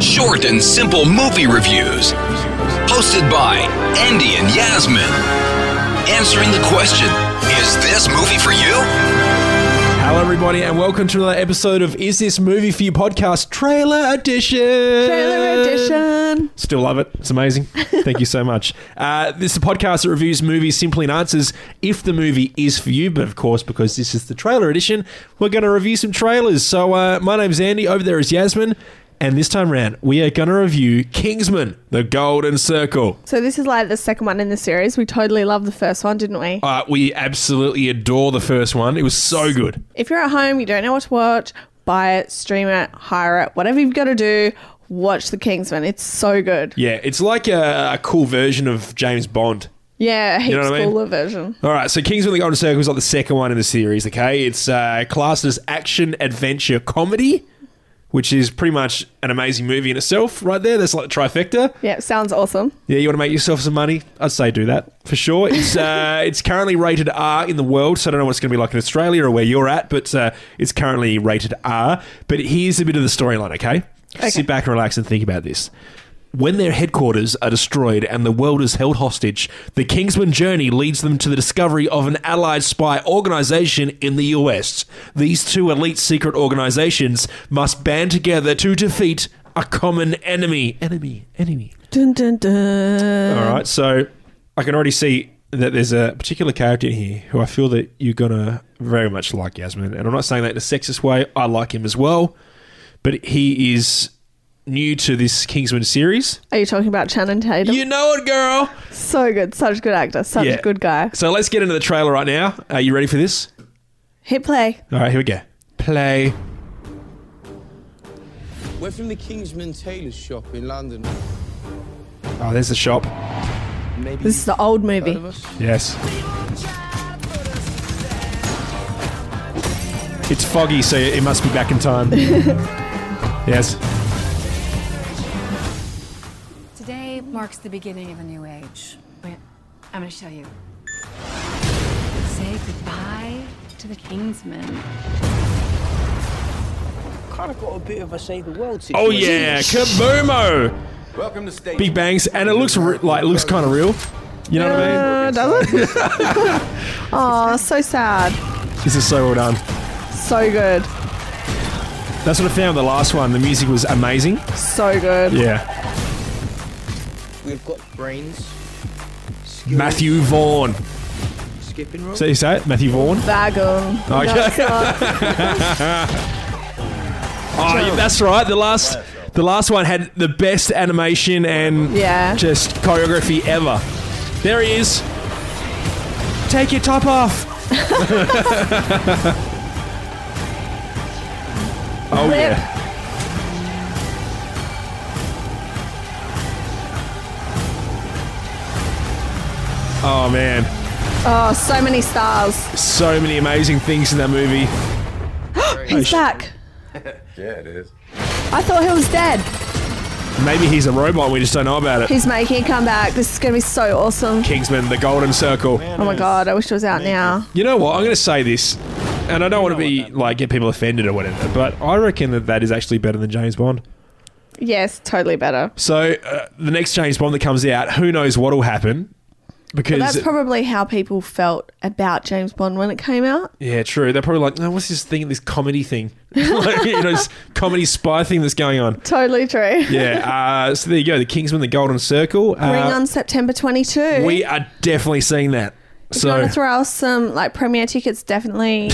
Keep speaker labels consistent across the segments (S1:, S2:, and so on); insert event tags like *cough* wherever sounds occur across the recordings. S1: Short and simple movie reviews. Hosted by Andy and Yasmin. Answering the question Is this movie for you?
S2: Hello, everybody, and welcome to another episode of Is This Movie for You podcast trailer edition. Trailer
S3: edition.
S2: Still love it. It's amazing. Thank you so much. Uh, this is a podcast that reviews movies simply and answers if the movie is for you. But of course, because this is the trailer edition, we're going to review some trailers. So uh, my name's Andy. Over there is Yasmin. And this time round, we are going to review Kingsman, The Golden Circle.
S3: So this is like the second one in the series. We totally love the first one, didn't we?
S2: Uh, we absolutely adore the first one. It was so good.
S3: If you're at home, you don't know what to watch, buy it, stream it, hire it, whatever you've got to do, watch The Kingsman. It's so good.
S2: Yeah, it's like a, a cool version of James Bond.
S3: Yeah, heaps
S2: know what I mean?
S3: cooler version.
S2: All right, so Kingsman: The Golden Circle is like the second one in the series. Okay, it's uh, classed as action adventure comedy, which is pretty much an amazing movie in itself, right there. That's like the trifecta.
S3: Yeah, sounds awesome.
S2: Yeah, you want to make yourself some money? I'd say do that for sure. It's uh, it's currently rated R in the world, so I don't know what it's going to be like in Australia or where you're at, but uh, it's currently rated R. But here's a bit of the storyline, okay? Sit back and relax and think about this. When their headquarters are destroyed and the world is held hostage, the Kingsman journey leads them to the discovery of an allied spy organization in the US. These two elite secret organizations must band together to defeat a common enemy. Enemy, enemy.
S3: Dun, dun, dun.
S2: All right, so I can already see that there's a particular character in here who I feel that you're gonna very much like Yasmin, and I'm not saying that in a sexist way. I like him as well, but he is new to this Kingsman series.
S3: Are you talking about Channing Tatum?
S2: You know it, girl.
S3: so good. Such good actor. Such
S2: Yeah.
S3: good guy.
S2: So let's get into the trailer right now. Are you ready for this?
S3: Hit play.
S2: All right, here we go. Play.
S4: We're from the Kingsman Tailors shop in London.
S2: Oh, there's the shop.
S4: Maybe
S3: This is the old
S4: you've heard
S3: movie.
S4: of us?
S2: Yes. It's foggy, so it must be back in
S3: *laughs*
S2: time. yes.
S5: Today marks the beginning of a new age. Wait, I'm gonna show you. Say goodbye to the Kingsmen.
S4: Kind of got a bit of a save the world
S2: Oh
S4: situation.
S2: yeah, kaboomo!
S6: Welcome to State.
S2: Big bangs, and it looks re- like it looks kind of real. You know what I
S3: Uh, does it?
S2: *laughs*
S3: *laughs* oh, so sad.
S2: mean? This is so well done.
S3: So good.
S2: That's what I found with the last one. The music was amazing.
S3: So good.
S2: Yeah,
S4: We've got brains. skills,
S2: Matthew Vaughn.
S4: Skipping rope.
S2: So you say it, Matthew Vaughn?
S3: Vagon.
S2: Okay.
S3: That's it.
S2: Oh, yeah, that's right. The last, the last one had the best animation and
S3: Yeah.
S2: just choreography ever. There he is. Take your top off. *laughs* oh
S3: Flip.
S2: yeah. Oh man, *laughs*
S3: Oh, so many stars.
S2: so many amazing things in that movie.
S3: He's back.
S6: Yeah, it is.
S3: I thought he was dead.
S2: Maybe he's a robot. We just don't know about it.
S3: He's making a comeback. This is going to be so awesome.
S2: Kingsman: The Golden Circle.
S3: Oh my god, I wish it was out now.
S2: You know what? I'm going to say this, and I don't want to be like get people offended or whatever, but I reckon that that is actually better than James Bond.
S3: Yes, totally better.
S2: So uh, the next James Bond that comes out, who knows what'll happen?
S3: But
S2: Because
S3: that's probably how people felt about James Bond when it came out.
S2: yeah, true. They're probably like, no, what's this thing? This comedy thing, *laughs* like, you know, this comedy spy thing that's going on.
S3: Totally true. *laughs*
S2: Yeah. Uh, so there you go. The Kingsman, the Golden Circle. Uh,
S3: Ring on September 22.
S2: we are definitely seeing that.
S3: if you want
S2: So
S3: to throw us some like premiere
S2: *laughs*
S3: tickets, definitely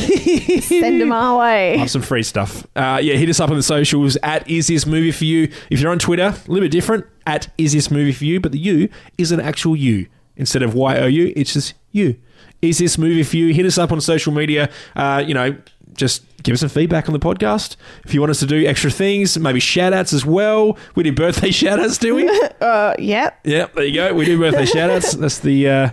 S3: send them our way.
S2: Love some free stuff. Uh, yeah, hit us up on the socials at Is This Movie For You. If you're on Twitter, a little bit different, at Is This Movie For You, but the U is an actual U. Instead of Y O U, it's just you. Is This Movie For You? Hit us up on social media. Uh, you know, just give us some feedback on the podcast. If you want us to do extra things, maybe shout outs as well. We do birthday *laughs* shout outs, do we?
S3: Uh, yep.
S2: yeah, there you go. We do birthday shout outs. That's the. Uh,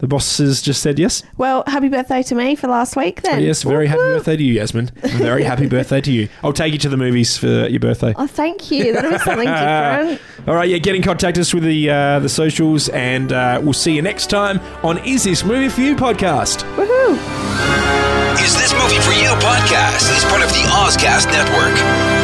S2: the bosses just said yes.
S3: Well, happy birthday to me for last week then.
S2: Yes, very happy birthday to you, Yasmin. Very happy birthday to you. I'll take you to the movies for your birthday.
S3: Oh, thank you. That'll be something different.
S2: All right, yeah, get in contact us with the uh, the socials, and uh, we'll see you next time on Is This Movie for You podcast.
S3: Woohoo.
S1: Is this movie for you podcast? Is part of the Ozcast Network.